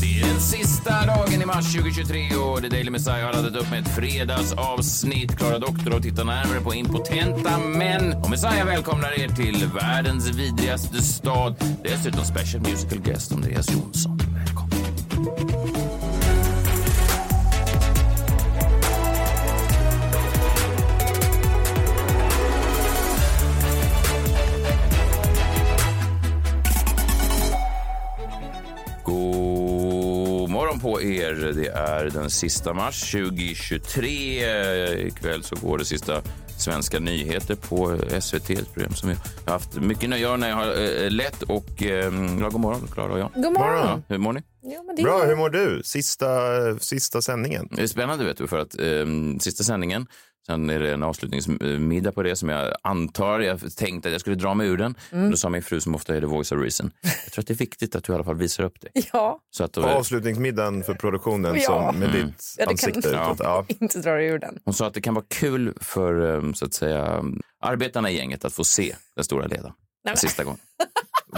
Det är den sista dagen i mars 2023 och The Daily Messiah har laddat upp med ett fredagsavsnitt. Klara Doktor och tittar närmare på impotenta män. Och Messiah välkomnar er till världens vidrigaste stad. Dessutom special musical guest Andreas Jonsson. Välkommen. God morgon på er. Det är den sista mars 2023. Eh, Ikväll så går det sista Svenska nyheter på eh, SVT, ett program som jag har haft mycket nöje av när jag har eh, lett. Och, eh, ja, god morgon, Klara och jag. God morgon. Hur mår ni? Ja, men det Bra, hur mår du? Sista, sista sändningen. Det är spännande vet du, för att eh, sista sändningen, sen är det en avslutningsmiddag på det som jag antar, jag tänkte att jag skulle dra mig ur den. Mm. Då sa min fru som ofta är the voice of reason, jag tror att det är viktigt att du i alla fall visar upp dig. Ja, Så att eh, då, Och avslutningsmiddagen för produktionen Ja. som, med ditt Ja, det kan- ansikte utåt. Ja. inte drar ur den. hon sa att det kan vara kul för eh, så att säga, arbetarna i gänget att få se den stora ledaren. men- Sista gången.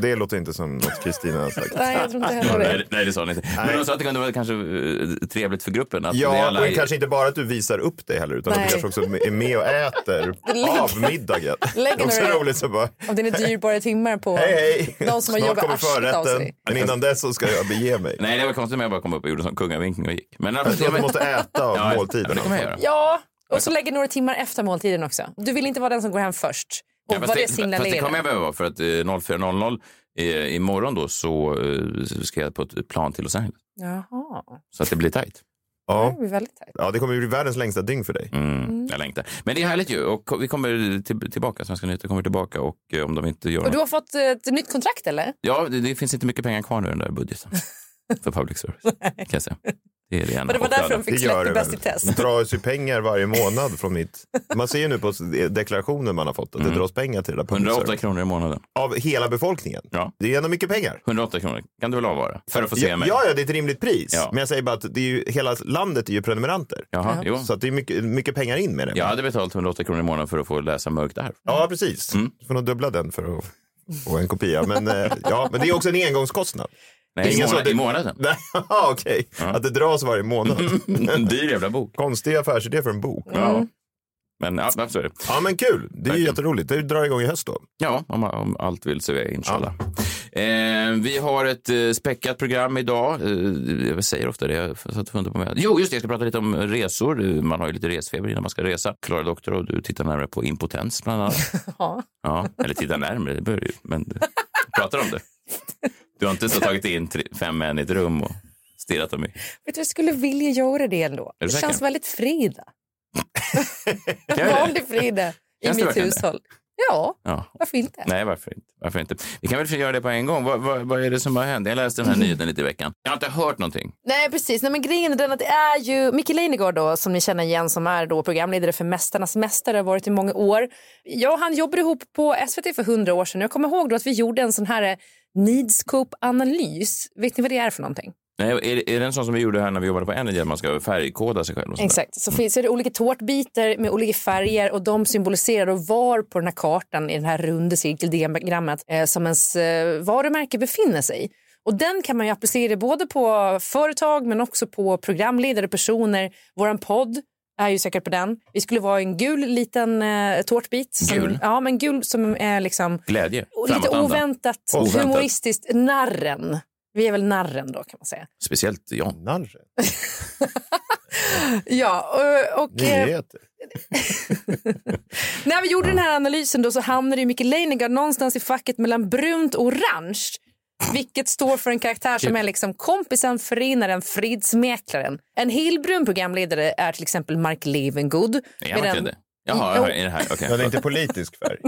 Det låter inte som något Kristina har sagt. Nej, jag tror inte heller det. Nej, nej, det sa hon inte. Men Nej. hon sa att det kunde vara kanske eh, trevligt för gruppen. Att vi Ja, alla och kanske inte bara att du visar upp dig heller utan att Nej. du kanske också är med och äter Lägg- av middagen. Det Lägg är också några- roligt så bara, Om det är dyrbara timmar på hej hej, de som har jobbat kommer arslet av sig. förrätten men innan dess så ska jag bege mig. Nej, det var konstigt om jag bara kom upp och gjorde som kungavinkning och gick. Men i alla fall- Jag tror att du måste äta av Ja, måltiden. Det kommer jag göra. Ja, och så lägger några timmar efter måltiden också. Du vill inte vara den som går hem först. Och Ja, vad det, fast det kommer jag signalerar. behöva vara för att eh, 04.00 eh, imorgon då så eh, ska jag på ett plan till Los Angeles. Jaha, Så att det blir tajt. det Ja. blir väldigt tajt. ja, det kommer bli världens längsta dygn för dig. Mm, Jag längtar. Men det är härligt ju. Och ko- vi kommer till, tillbaka. Svenska nyheter kommer tillbaka och eh, om de inte gör Och du något. har fått eh, ett nytt kontrakt eller? Ja, det, det finns inte mycket pengar kvar nu i den där budgeten. för public service. kan jag säga. Det är det ena Och det var och det därför andra. de fick gör släppt det det bäst i väl. test. Det dras ju pengar varje månad från mitt... Man ser ju nu på deklarationen man har fått att det Mm. dras pengar till det där public 108 service. kronor i månaden. Av hela befolkningen. Ja. Det är ändå mycket pengar. 108 kronor kan du väl avvara? För att få se ja, mig. ja, ja, det är ett rimligt pris. Ja. Men jag säger bara att det är ju, hela landet är ju prenumeranter. Jaha, jo. Så att det är mycket, mycket pengar in med det. Jag hade betalt 108 kronor i månaden för att få läsa Mörkt arv. Ja, precis. Mm. Du får nog dubbla den för att få en kopia. Men, eh, ja, men det är också en engångskostnad. Nej, i, Ingen sa månad, det- i månaden. Nej, Okej, att det dras varje månad. En dyr jävla bok. Konstig affärsidé för en bok. Ja. Men ja, men så är det. Ja, men kul. Det är ju jätteroligt. Det drar igång i höst då. Ja, om, om allt vill så är jag inshallah. Eh, vi har ett eh, späckat program idag. Eh, jag säger ofta det. Jag satt och funderade på mig. Jo, just det. Jag ska prata lite om resor. Eh, Man har ju lite resfeber innan man ska resa. Klara Doktor och du tittar närmare på impotens bland annat. Ja. Ja, eller tittar närmare, det bör ju. Men du pratar om det. Du har inte så tagit in tre, fem män i ett rum och stirrat dem i. Vet du, jag skulle vilja göra det ändå. du Det säker? känns väldigt Frida. Kan jag det? Vanlig Frida i Känns det mitt verkligen hushåll. Ja, Ja. varför inte? Nej, varför inte? varför inte? Vi kan väl göra det på en gång. Vad, vad, vad är det som har hänt? Jag läste den här nyheten lite i veckan. Jag har inte hört någonting. Nej precis, Nej, men grejen är den att det är ju Micke Leijnegard då som ni känner igen som är då programledare för Mästarnas mästare har varit i många år. Jag och han jobbade ihop på SVT för hundra år sedan jag kommer ihåg då att vi gjorde en sån här eh, Needscope-analys. Vet ni vad det är för någonting? Nej, är, det- är det en sån som vi gjorde här när vi jobbade på Energy, att man ska färgkoda sig själv? Och sånt där? Exakt, så finns så är det olika tårtbitar med olika färger och de symboliserar då var på den här kartan i den här runda cirkeldiagrammet eh, som ens eh, varumärke befinner sig. Och den kan man ju applicera både på företag men också på programledare, personer. Våran podd är ju säkert på den. Vi skulle vara en gul liten eh, tårtbit. Som, Gul? Ja, men gul som är liksom Glädje. och lite framåtanda. oväntat, Oväntat. humoristiskt. Narren. Vi är väl narren då kan man säga. Speciellt John. Narre. Ja, och, och, eh, Nyheter. När vi gjorde den här analysen då så hamnade ju Micke Leijnegard någonstans i facket mellan brunt och orange. Vilket står för en karaktär som är liksom kompisen, förenaren, fridsmäklaren. En helbrun programledare är till exempel Mark Levengood. Är han verkligen det? Jaha, jag Jo. hör- är det här? Okej. Ja, det är inte politisk färg.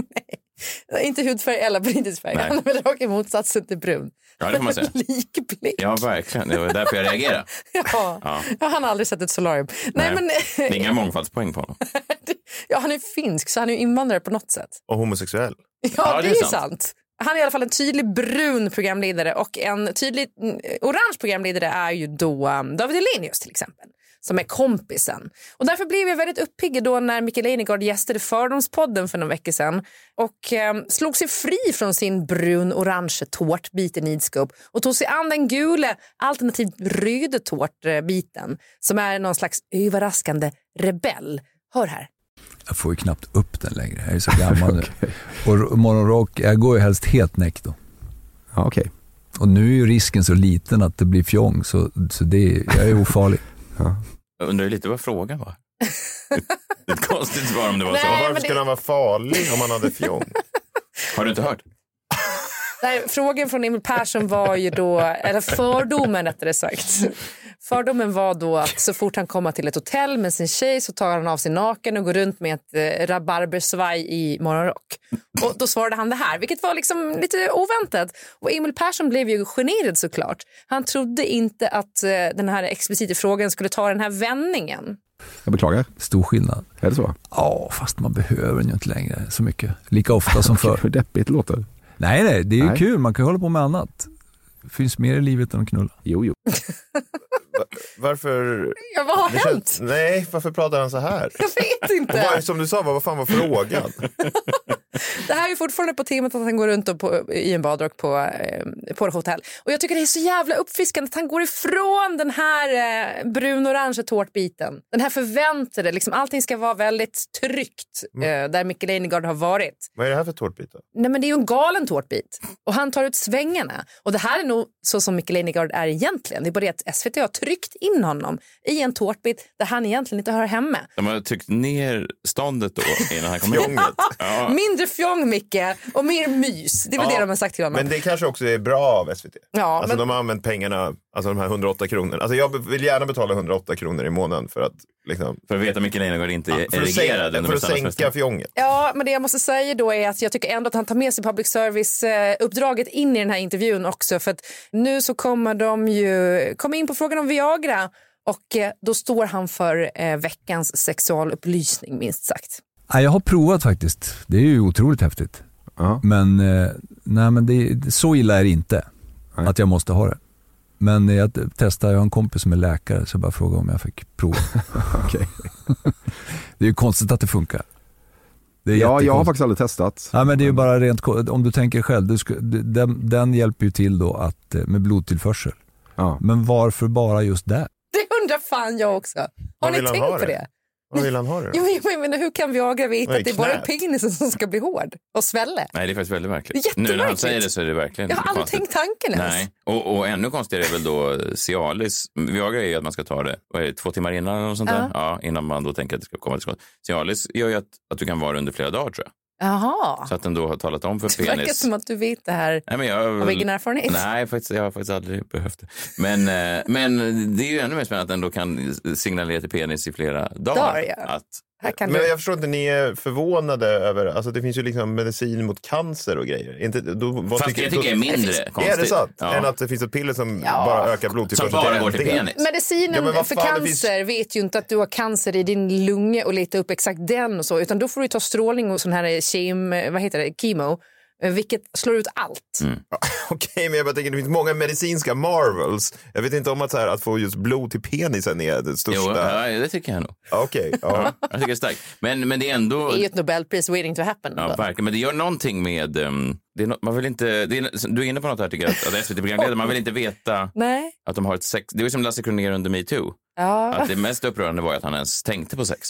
Eh, Inte hudfärg eller politisk färg. Nej. Han är väl raka motsatsen till brun. Ja, det får man säga. Likblick. Ja, verkligen. Det var därför jag reagerade. Ja. Ja. Ja, han har aldrig sett ett solarium. Nej, Nej. Det är men, inga mångfaldspoäng på honom. ja, han är finsk så han är ju invandrare på något sätt. Och homosexuell. Ja, det, är sant. Han är i alla fall en tydlig brun programledare och en tydlig mm, orange programledare är ju då um, David Hellenius till exempel som är kompisen. Och därför blev jag väldigt uppiggad då när Mikael Leijnegard gästade Fördomspodden för några veckor sedan och um, slog sig fri från sin brun-orange tårtbiten Needscope och tog sig an den gule alternativt röda tårtbiten som är någon slags överraskande rebell. Hör här. Jag får ju knappt upp den längre. Jag är så gammal nu. Och r- morgonrock, jag går ju helst helt näck då. Ja, okej. Och nu är ju risken så liten att det blir fjong, så, så det, är- jag är ofarlig. Jag undrar ju lite vad frågan var. Ett- Ett konstigt svar om det var så. Nej, men Varför det- skulle han vara farlig om han hade fjong? Har du inte hört? Nej, frågan från Emil Persson var ju då, eller fördomen rättare sagt. Fördomen var då att så fort han kommer till ett hotell med sin tjej så tar han av sig naken och går runt med ett eh, rabarbersvaj i morgonrock. Och då svarade han det här, vilket var liksom lite oväntat. Och Emil Persson blev ju generad såklart. Han trodde inte att eh, den här explicita frågan skulle ta den här vändningen. Jag beklagar. Stor skillnad. Är det så? Ja, fast man behöver den ju inte längre så mycket. Lika ofta som förr. Hur deppigt det låter. Nej, nej, det är ju Nej. kul. Man kan ju hålla på med annat. Det finns mer i livet än att knulla. Jo, jo. Varför? Ja, vad har det hänt? känns- Nej, varför pratar han så här? Jag vet Och inte. vad, som du sa, vad vad fan var frågan? Det här är fortfarande på temat att han går runt och på, i en badrock på, eh, på ett hotell. Och jag tycker det är så jävla uppfriskande att han går ifrån den här eh, brun-orange tårtbiten. Den här förväntade, liksom, allting ska vara väldigt tryggt Mm. eh, där Micke Leijnegard har varit. Vad är det här för tårtbitar? Nej men det är ju en galen tårtbit och han tar ut svängarna. Och det här är nog så som Micke Leijnegard är egentligen. Det är bara det att SVT har tryckt in honom i en tårtbit där han egentligen inte hör hemma. De har tryckt ner ståndet då innan han kom in. Fjonget. Ja. Mindre fjong Micke och mer mys. Det är väl Ja, det de har sagt till honom. Men det kanske också är bra av SVT. Ja, alltså men- de har använt pengarna, alltså de här 108 kronorna. Alltså jag be- vill gärna betala 108 kronor i månaden för att liksom, För att veta att Micke Leijnegard inte är för att regerad sänka, under för att sänka bestämmelsen. fjonget. Ja, men det jag måste säga då är att jag tycker ändå att han tar med sig public service-uppdraget in i den här intervjun också. För att nu så kommer de ju komma in på frågan om Viagra och eh, då står han för eh, veckans sexualupplysning minst sagt. Nej, jag har provat faktiskt. Det är ju otroligt häftigt. Ja. Men, eh, nej, men det, så illa är det inte. Att jag måste ha det. Men eh, jag t- testar, jag har en kompis som är läkare så jag bara frågade om jag fick prova. Okej. Det är ju konstigt att det funkar. Det är Ja, jag har jättekonstigt. faktiskt aldrig testat. Ja, men det är ju bara rent, ko- om du tänker själv, du sku, den, den hjälper ju till då att, eh, med blodtillförsel. Ja. Men varför bara just där? Det undrar fan jag också. Har Vad ni vill han tänkt ha på det? det? Vad vill han ha det Jo, då? men jag menar, hur kan Viagra veta Vad är att det är bara knät? penisen som ska bli hård och svälle? Nej, det är faktiskt väldigt Det är märkligt. Nu jättemärkligt. när han säger det så är det verkligen Jag har aldrig konstigt. tänkt tanken ens. Nej, och, och ännu konstigare är väl då eh, Cialis. Viagra är ju att man ska ta det, vad är det två timmar innan eller något sånt där? Ja. Ja, innan man då tänker att det ska komma till skott. Cialis gör ju att, att du kan vara under flera dagar tror jag. Jaha, Så att den då har talat om för det verkar penis. som att du vet det här Nej, men jag, av egen erfarenhet. Nej, faktiskt, jag har faktiskt aldrig behövt det. Men, eh, men det är ju ännu mer spännande att den då kan signalera till penis i flera dagar. Dagar, ja. Att, Här kan Men du... jag förstår inte, ni är förvånade över, alltså det finns ju liksom medicin mot cancer och grejer. Inte, då, vad fast jag tycker det är då, mindre konstigt. Är det sant? Ja. Än att det finns ett piller som Ja. bara ökar som blodtillförseln bara en går till del? penis. Medicinen Ja, men vad för fan, det cancer vet ju inte att du har cancer i din lunge och leta upp exakt den och så, utan då får du ta strålning och sån här kem, vad heter det, kemo, eh, vilket slår ut allt. Mm. Okej, men jag bara tänker det finns många medicinska marvels. Jag vet inte om att, så här, att få just blod till penisen är det Jo, största. ja, det tycker jag nog. Okej, ja. Jag tycker det är starkt. Men, men det är ändå... Det är ju ett Nobelpris waiting to happen. Ja, då. verkligen. Men det gör någonting med... ehm, det är no- man vill inte, det är, du är inne på något här, tycker jag, att, att SVT-programledare, man vill inte veta Nej. att de har ett sex... Det var ju som Lasse Kronér under metoo. Ja, Att det mest upprörande var ju att han ens tänkte på sex.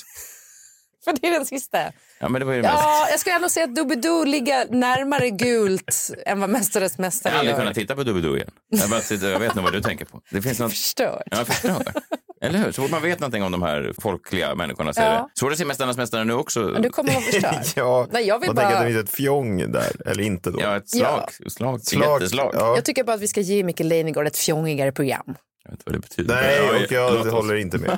för det är den sista. Ja, men det var ju det mest... Ja, jag skulle ändå säga att Doobidoo ligger närmare gult än vad Mästarnas Jag har Mästare aldrig gör. kunnat titta på Doobidoo igen. Jag, bara, sitter- jag vet nog vad du tänker på. Det finns något... Förstört. Ja, jag förstår. Eller hur? Så fort man vet någonting om de här folkliga människorna så är Ja. det svårt att se Mästarnas mästare nu också. Du kommer att vara förstörd. ja. Nej, jag vill Man tänker bara- att det finns ett fjong där, eller inte då. Ja, ett slag. slag. Slag. Jätteslag. Ja. Jag tycker bara att vi ska ge Mikael Leijnegard ett fjongigare program. Jag vet inte vad det betyder. Nej, och jag låt oss- håller inte med.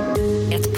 Ett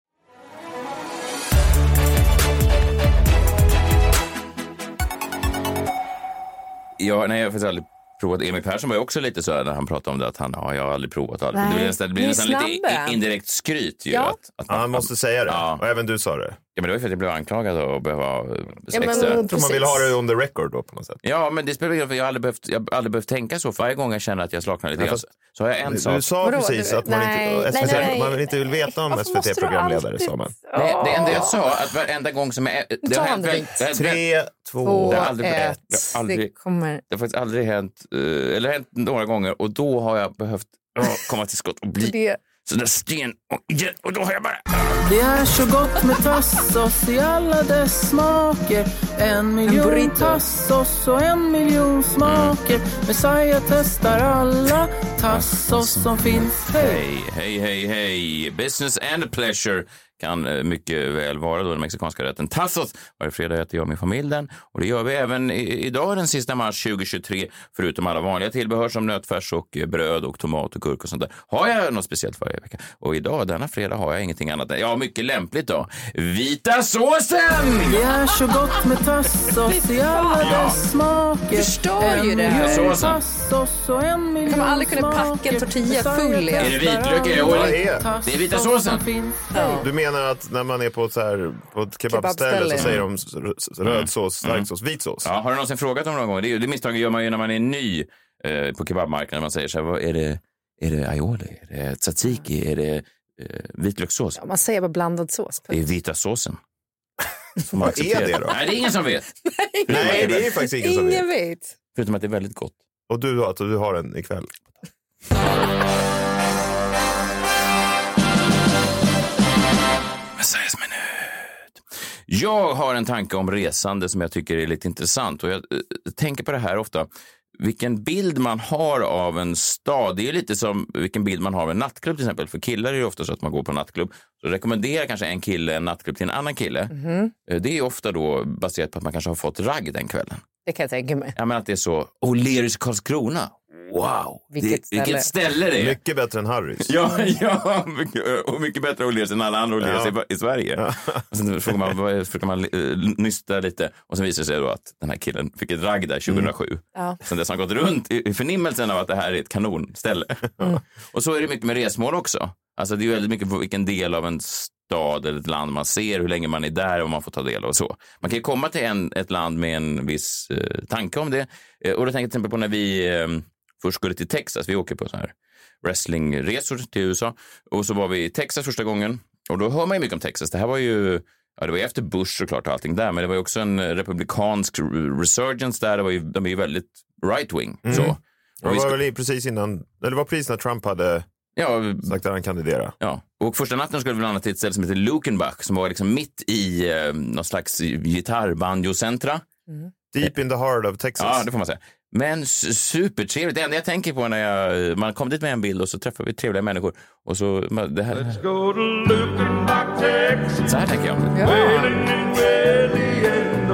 Ja, nej, jag har faktiskt aldrig provat. Emil Persson var ju också lite så här när han pratade om det att han ja, jag har aldrig provat. Aldrig. Det Nej. blir nästan, det Ni blir är nästan snabba. lite indirekt skryt ju. Ja. Att, att Ja, man måste säga det. Ja. Och även du sa det. ja, men det var ju för att jag blev anklagad och behöva eh, men- extra. Så man vill ha det on the record då på något sätt. Ja, men det spelar ingen roll för jag har aldrig behövt, jag har aldrig behövt tänka så. För varje gång jag känner att jag slaknar lite Ja, grann fast- så har jag en sak. Du sa Vadå? precis Du- att man, nej, inte, nej, SVT, nej. man inte vill veta om Varför måste du SVT-programledare. alltid- Sa man. Nej, det enda jag sa att varenda gång som jag... Det Ta har en hänt, drink. det har hänt- Tre, två... Två, Det har aldrig- ett. jag har aldrig- Det kommer... Det har faktiskt aldrig hänt, eh, eller hänt några gånger och då har jag behövt ja, komma till skott och bli Det... sån där sten och, och då har jag bara... Det är så gott med tassos i alla dess smaker En miljon burrito. tassos och en miljon smaker Messiah testar alla tassos som finns Hej! Hej, hej, hej, hej. Business and pleasure kan eh, mycket väl vara då den mexikanska rätten tacos. Varje fredag äter jag och min familj den och det gör vi även i- idag den sista mars 2023. Förutom alla vanliga tillbehör som nötfärs och eh, bröd och tomat och gurka och sånt där har jag något speciellt varje vecka. Och idag, denna fredag, har jag ingenting annat. än- Ja, mycket lämpligt då. Vita såsen! Det är så gott med tassos i alla dess smaker Förstör ju det här. miljon Ja, såsen. tassos och en miljon kommer aldrig kunna packa en smaker. tortilla full Messiah igen. Är det testar vitlök? Är det alla olja? Vad är det? tassos Det är vita som såsen. finns. Du menar att när man är på ett, så här, på ett kebabställe Kebabställe, så ja. säger de s- s- röd sås, stark sås, vit sås? Mm. Ja, har du någonsin frågat om någon gång? Det, är ju- det misstaget gör man ju när man är ny eh, på kebabmarknaden. Man säger så här, vad är det? Är det aioli? Är det tzatziki? Är det eh, vitlökssås? Ja, Man säger bara blandad sås. Det är vita såsen. Som Vad är det då? Nej, det är ingen som vet. Nej, det är faktiskt ingen som vet. Ingen vet. Förutom att det är väldigt gott. Och du, alltså, du har en ikväll? Messiahs minut. Jag har en tanke om resande som jag tycker är lite intressant och jag eh, tänker på det här ofta. Vilken bild man har av en stad. Det är ju lite som vilken bild man har av en nattklubb till exempel. För killar är det ju ofta så att man går på en nattklubb. Så rekommenderar kanske en kille en nattklubb till en annan kille. Eh, Det är ju ofta då baserat på att man kanske har fått ragg den kvällen. Det kan jag tänka mig. Ja, men att det är så, åh, Lerus Karlskrona. Wow, Vilket det, vilket ställe det är. Mycket bättre än Harrys. Ja, ja mycket, och mycket bättre O'Lears än alla andra O'Lears i, i Sverige. Och sen frågar man, vad är- försöker man eh, nysta lite och sen visar det sig då att den här killen fick ett ragg där 2007. Ja. Sen dess har han gått runt i, i förnimmelsen av att det här är ett kanonställe. och så är det mycket med resmål också. Alltså det är ju väldigt mycket på vilken del av en stad eller ett land man ser, hur länge man är där och vad man får ta del av och så. Man kan ju komma till en, ett land med en viss eh, tanke om det. Eh, och då tänker jag till exempel på när vi eh, först skulle till Texas, vi åker på så här wrestlingresor till USA. Och så var vi i Texas första gången. Och då hör man ju mycket om Texas. Det här var ju, ja det var ju efter Bush såklart och allting där, men det var ju också en republikansk resurgence där. Det var ju, de är ju väldigt right-wing. Så. Mm. Det Och vi var ska, väl i- precis innan, eller det var precis när Trump hade ja, sagt att han kandidera. Ja, och första natten skulle vi landa till ett ställe som heter Lukenbach som var liksom mitt i eh, någon slags gitarrbandiocentra. Deep in the heart of Texas. Ja, det får man säga. Men s- supertrevligt. Det enda jag tänker på när jag, man kom dit med en bild och så träffar vi trevliga människor och så man- det här. Så här tänker jag.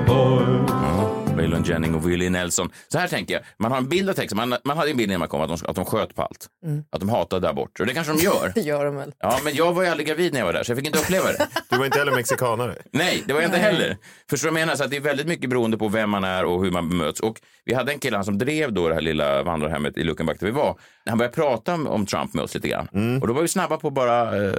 Ja, Waylon Jennings och Willie Nelson. Så här tänker jag. Man har en bild av Texas. Man, man hade en bild när man kom att de, att de sköt på allt. Att de hatade där bort. Och det kanske de gör. Det gör de väl. Ja, men jag var ju aldrig gravid när jag var där, så jag fick inte uppleva det. Du var inte heller mexikanare. Nej, det var jag inte heller. Förstår du vad jag menar? Så att det är väldigt mycket beroende på vem man är och hur man bemöts. Och vi hade en kille han som drev då det här lilla vandrarhemmet i Luckenbach där vi var. Han började prata om, om Trump med oss lite grann. Mm. Och då var vi snabba på att bara eh,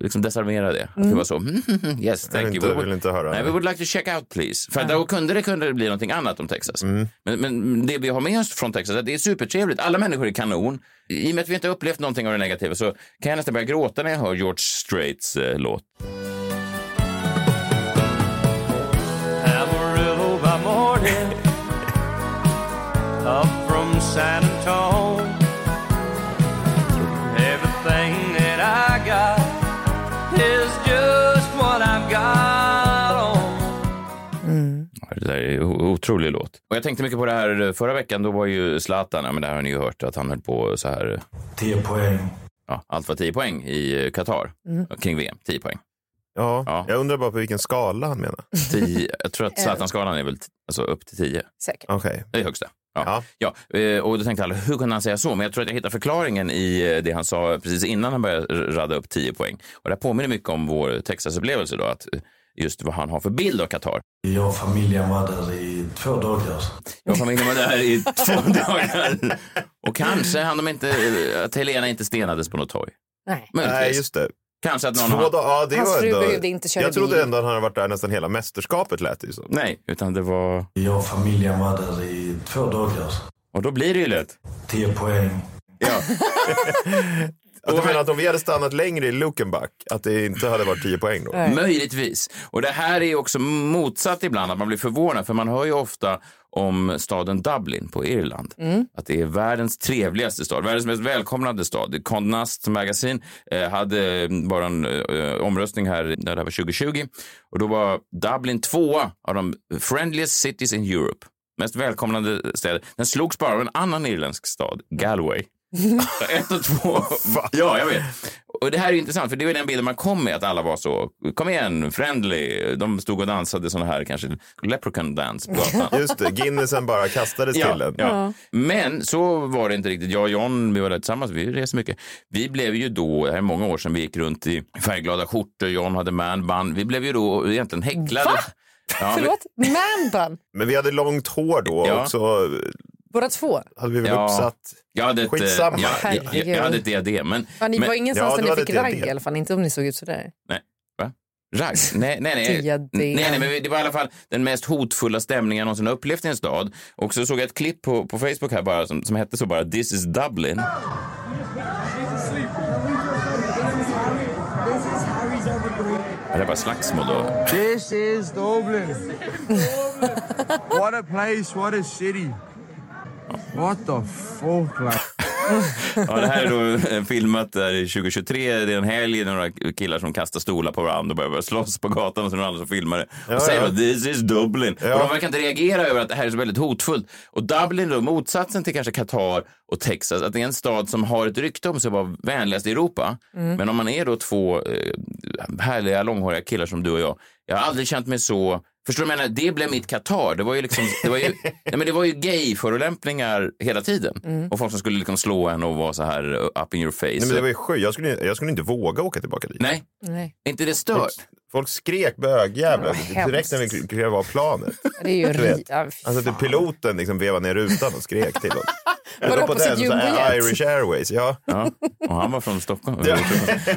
liksom desarmera det. Att vi var så, mm, yes, thank you. vill inte- We would- vill inte höra Nej, det. we would like to check out please. För att då kunde det, kunde det bli någonting annat om Texas. Texas. Mm. Men, men det vi har med oss från Texas, är att det är supertrevligt. Alla människor är kanon. I och med att vi inte har upplevt någonting av det negativa så kan jag nästan börja gråta när jag hör George Straits eh, låt. Amarillo by morning, up from San Antonio. Everything that I got is just what I've got on. Ja, Det där är en o- otrolig låt. Och jag tänkte mycket på det här eh, förra veckan. Då var ju Zlatan, ja, men det här har ni ju hört, att han höll på så här. eh, 10 poäng. Ja, allt var 10 poäng i eh, Qatar kring VM. 10 poäng. Ja, jag undrar bara på vilken skala han menar. 10, jag tror att Zlatan-skalan är väl t- alltså, upp till 10. Säkert. Okej. Det är högsta. Ja. Ja. eh, och då tänkte alla, hur kunde han säga så? Men jag tror att jag hittar förklaringen i eh, det han sa precis innan han började radda upp 10 poäng. Och det här påminner mycket om vår Texas-upplevelse då, att eh, just vad han har för bild av Qatar. Jag och familjen var där i två dagar. Jag och familjen var där i två dagar. Och kanske hann de inte, eh, att Helena inte stenades på något torg. Nej. Möjligtvis. Nej, just det. Kanske att någon Två har- dagar, ja, det Hans var fru ändå... behövde inte köra Jag trodde bil. ändå att han hade varit där nästan hela mästerskapet lät det ju som. Nej, utan det var... Jag och familjen var där i två dagar. Och då blir det ju lätt. 10 poäng. Att du menar att om vi hade stannat längre i Lukenbach, att det inte hade varit 10 poäng då? Möjligtvis. Och det här är ju också motsatt ibland, att man blir förvånad. För man hör ju ofta om staden Dublin på Irland. Att det är världens trevligaste stad, världens mest välkomnande stad. Condé Nast Magazine eh, hade eh, bara en eh, omröstning här när det här var 2020. Och då var Dublin tvåa av de friendliest cities in Europe. Mest välkomnande städer. Den slogs bara av en annan irländsk stad, Galway. Ett och två. Ja, jag vet. Och det här är ju intressant, för det var den bilden man kom med, att alla var så, kom igen, friendly. De stod och dansade såna här, kanske leprechaun dance på gatan. Just det, Guinnessen bara kastades till Ja, en. ja. Men så var det inte riktigt. Jag och John, vi var där tillsammans, vi reser mycket. Vi blev ju då, det här är många år sedan, vi gick runt i färgglada skjortor, John hade manband. Vi blev ju då egentligen häcklade. Va? Ja, vi- Förlåt? Manbun, Men vi hade långt hår då Ja. och så båda två. hade vi väl Ja. uppsatt... Jag hade ett, eh, Skitsamma. jag, jag, jag, jag hade ett diadem. Men, Ja, ni men, var ingenstans ja, där det ni var fick lite ragg det. i alla fall, inte om ni såg ut sådär. Ragg? Nej, nej, nej. Mm, Diadem. nej, nej men det var i alla fall den mest hotfulla stämningen jag någonsin har upplevt i en stad. Och så såg jag ett klipp på, på Facebook här bara som, som hette så bara This is Dublin. Ja, Det var slagsmål då. This is Dublin. what a place, what a city. What the fuck, like? Ja, det här är då eh, filmat där i 2023. Det är en helg. Det är några killar som kastar stolar på varandra och börjar börjar slåss på gatan. Och så är det någon annan som filmar det. Och Ja, säger ja. då, this is Dublin. Och de verkar inte reagera över att det här är så väldigt hotfullt. Och Dublin då, motsatsen till kanske Qatar och Texas, att det är en stad som har ett rykte om sig att vara vänligast i Europa. Mm. Men om man är då två eh, härliga långhåriga killar som du och jag. Jag har aldrig känt mig så Förstår du vad jag menar? Det blev mitt Qatar. Det var ju, liksom, det var ju, nej men det var ju gay-förolämpningar hela tiden. Och folk som skulle liksom slå en och vara så här eh, up in your face. Mm. Nej, men det var ju sju. Jag skulle, jag skulle inte våga åka tillbaka dit. Nej, Nej, inte det stört. Folk skrek bögjävlar Ja, direkt när vi hemskt. klev av planet. det är ju... Du vet. ri- Ja, fy Alltså fan. att piloten liksom vevade ner rutan och skrek till oss. Vadå, Jag var på sitt den, så här, jumbojet? Irish Airways, ja. Ja, och han var från Stockholm.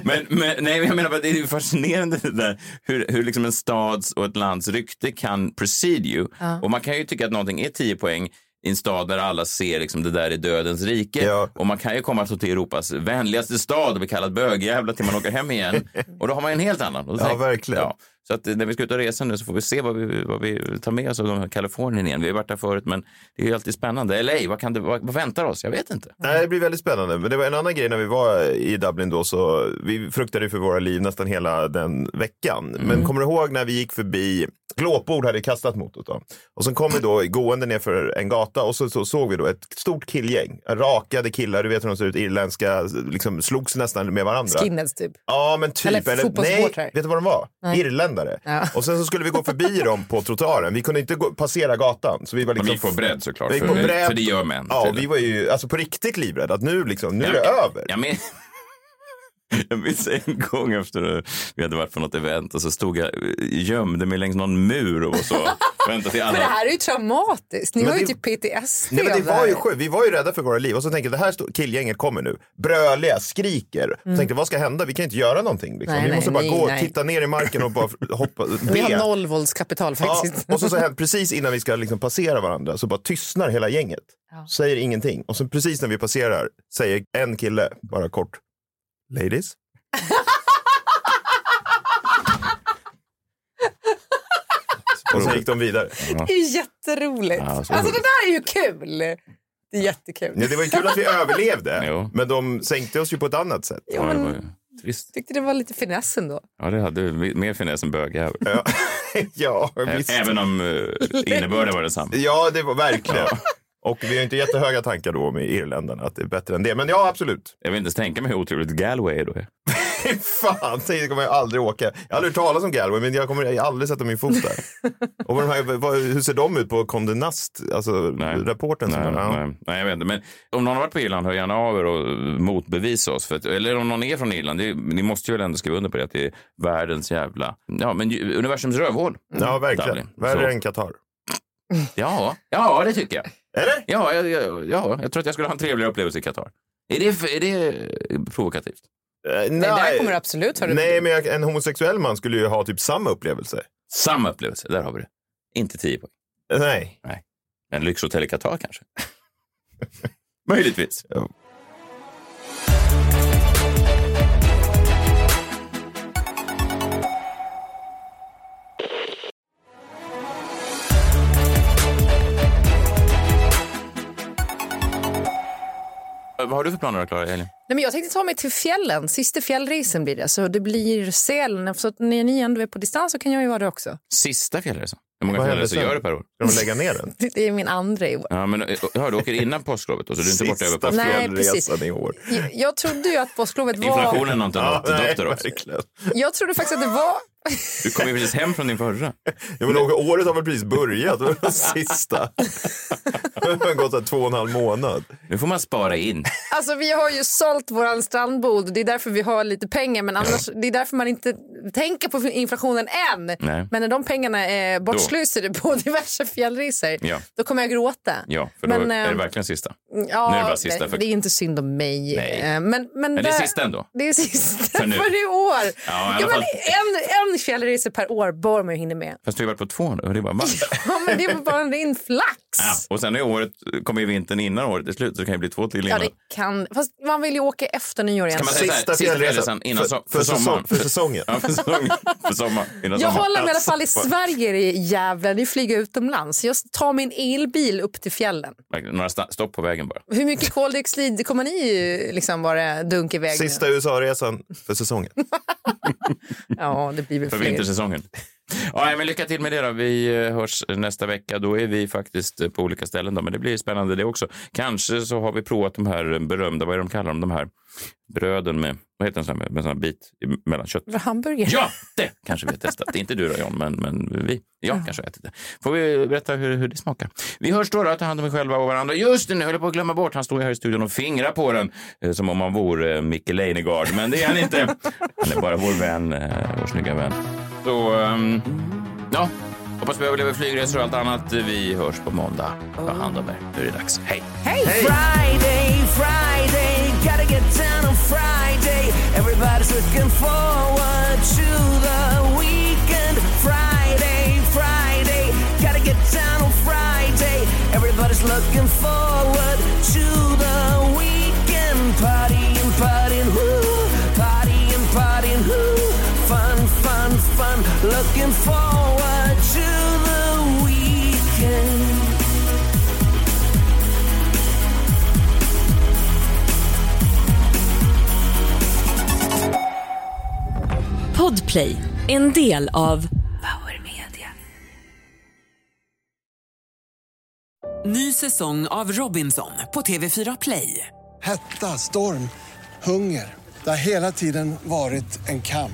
Men, men nej, men jag menar bara, det är ju fascinerande det där hur, hur liksom en stads och ett lands rykte kan precede you. Och man kan ju tycka att någonting är 10 poäng i en stad där alla ser liksom det där är dödens rike. Ja. Och man kan ju komma alltså till Europas vänligaste stad och bli kallad bögjävla till man åker hem igen. Och då har man en helt annan. Och då Ja, tänker- verkligen. Så att eh, när vi ska ut och resa nu så får vi se vad vi, vad vi tar med oss av de här Kalifornien igen. Vi har varit där förut men det är ju alltid spännande. LA, vad, kan det, vad, vad väntar oss? Jag vet inte. Nej, det blir väldigt spännande. Men det var en annan grej när vi var i Dublin då, så vi fruktade ju för våra liv nästan hela den veckan. Mm. Men kommer du ihåg när vi gick förbi, glåpord hade kastat mot oss då. Och sen kom vi då gående ner för en gata och så, så såg vi då ett stort killgäng. Rakade killar, du vet hur de ser ut, irländska, liksom slogs nästan med varandra. Skinheads typ. Ja, men typ. Eller nej, fotbollssupportrar. vet du vad de var? Irländare. Ja. Och sen så skulle vi gå förbi dem på trottoaren. Vi kunde inte gå, passera gatan. Så vi var Men liksom... vi gick på bredd såklart, Vi gick för- på bredd. för det gör män. Ja, och vi var ju alltså, på riktigt livrädda. Att nu, liksom, nu är det Ja, över. Ja, men, Jag minns en gång efter vi hade varit på något event och så stod jag, eh, gömde mig längs någon mur och så väntade till Men alla. det här är ju traumatiskt. Ni Men har ju det- typ PTSD Nej, men det av här. var ju sjukt. Vi var ju rädda för våra liv och så tänkte jag, det här sto- killgänget kommer nu. Bröliga, skriker. Så Mm. tänkte jag, vad ska hända? Vi kan inte göra någonting. Liksom. Nej, vi nej, måste bara nej, gå och nej. titta ner i marken och bara hoppa. Vi be. har noll våldskapital Ja, faktiskt. och så, så här, precis innan vi ska liksom passera varandra så bara tystnar hela gänget. Säger ingenting. Och sen precis när vi passerar säger en kille bara kort. Ladies. och sen gick de vidare. Det är ju jätteroligt. Ja, så- alltså det där är ju kul. Det är jättekul. Ja, det var ju kul att vi överlevde. Men de sänkte oss ju på ett annat sätt. Jo, men- Ja, det var ju trist. Tyckte det var lite finess ändå. Ja, det hade vi- mer finess än bögjävel. Ja, Ä- visst. Även om eh, innebörden var densamma. Ja, det var verkligen. Och vi har ju inte jättehöga tankar då med irländarna att det är bättre än det. Men ja, absolut. Jag vill inte ens tänka mig hur otrevligt Galway då är. Fan, det kommer jag aldrig åka. Jag har aldrig hört talas om Galway, men jag kommer aldrig sätta min fot där. Och vad de här, vad, hur ser de ut på Condé Nast, alltså rapporten? som Nej, den- ja. nej, nej, jag vet inte. Men om någon har varit på Irland, hör gärna av er och motbevisa oss. För att, eller om någon är från Irland, det, är- ni måste ju väl ändå skriva under på det, att det är världens jävla... Ja, men ju- universums rövhål. Ja, verkligen. Dublin. Så- Värre än Qatar. Ja, ja, det tycker jag. Eller? Ja, jag, jag, ja, jag tror att jag skulle ha en trevligare upplevelse i Qatar. Är det, är det provokativt? nej, där kommer det absolut, hörru. Nej, men jag, en homosexuell man skulle ju ha typ samma upplevelse. Samma upplevelse, där har vi det. Inte 10 poäng. Nej. Nej. En lyxhotell i Qatar kanske? Möjligtvis. Eh, Vad har du för planer då, Klara, i helgen? Nej, men jag tänkte ta mig till fjällen. Sista fjällresan blir det. Så det blir Sälen. Så att när ni ändå är på distans så kan jag ju vara det också. Sista fjällresan? Hur många Vad händer fjällresor sen? gör du per år? Ska de lägga ner den? Det är min andra i år. Ja, men, eh, ja, du åker innan påsklovet då, så du är inte borta över Sista påsklovet. Nej, precis. fjällresan i år. Jag, jag trodde ju att påsklovet var... Inflationen har inte nått Ja, nej, dotter också. Jag trodde faktiskt att det var... Du kom ju precis hem från din förra. Ja, men å- året har väl precis börjat, det var den sista. Det har gått så här två och en halv månad. Nu får man spara in. Alltså vi har ju sålt våran strandbod. Det är därför vi har lite pengar. Men annars, det är därför man inte tänker på inflationen än. Nej. Men när de pengarna är bortslösade på diverse fjällresor, Ja. då kommer jag gråta. Ja, för då Men, är det ehm, verkligen sista. Ja, nu är det bara sista. För... det är inte synd om mig. Nej. Eh, Men, men Men det är där- sista ändå. Det är sista För för, nu. i år. Ja, i alla men fall. en, en fjällresa per år bör man ju hinna med. Fast du har ju varit på två nu. och Det är bara varmt. Ja, men det är bara en ren flax. ja. Och sen är året, kommer ju vintern innan året är slut, så det kan ju bli två till Ja, innan. det kan, fast man vill ju åka efter nyår igen. Kan man säga sista, sista fjällresan innan so- för, sommaren? För säsongen. Ja, för säsongen. för sommaren. Innan Jag sommaren. håller mig i alla fall i Alltså, Sverige, i jävlar. Ni flyger utomlands. Jag tar min elbil upp till fjällen. Några sta- stopp på vägen bara. Hur mycket koldioxid kommer ni liksom bara dunka iväg nu? Sista USA-resan för säsongen. Ja, det blir väl För fler. vintersäsongen. Ja, nej, men lycka till med det då. Vi eh, hörs nästa vecka. Då är vi faktiskt eh, på olika ställen. Då. Men det blir spännande det också. Kanske så har vi provat de här eh, berömda, vad är de kallar dem, de här bröden med, vad heter den sån här, med, med sån här bit i- mellan kött? Hamburgare. Ja, det kanske vi har testat. Inte du då John, men, men vi. Jag kanske har ätit det. Får vi berätta hur, hur det smakar. Vi hörs då, då, ta hand om er själva och varandra. Just det, nu höll jag på att glömma bort. Han står ju här i studion och fingrar på den eh, som om han vore eh, Micke Leijnegard. Men det är han inte. Han är bara vår vän, eh, vår snygga vän. Så, ehm, ja. Hoppas vi överlever flygresor och allt annat. Vi hörs på måndag. Ta hand om er. Nu är det dags. Hej! Hey. Friday, Friday, gotta get down on Friday. Everybody's looking forward to the weekend. Friday, Friday, gotta get down on Friday. Everybody's looking forward to the weekend. Partying, partying, whoo, partying, partying, whoo. Fun, fun, fun, looking forward to the weekend. Podplay, en del av Ny säsong av Robinson på TV4 Play. Hetta, storm, hunger. Det har hela tiden varit en kamp.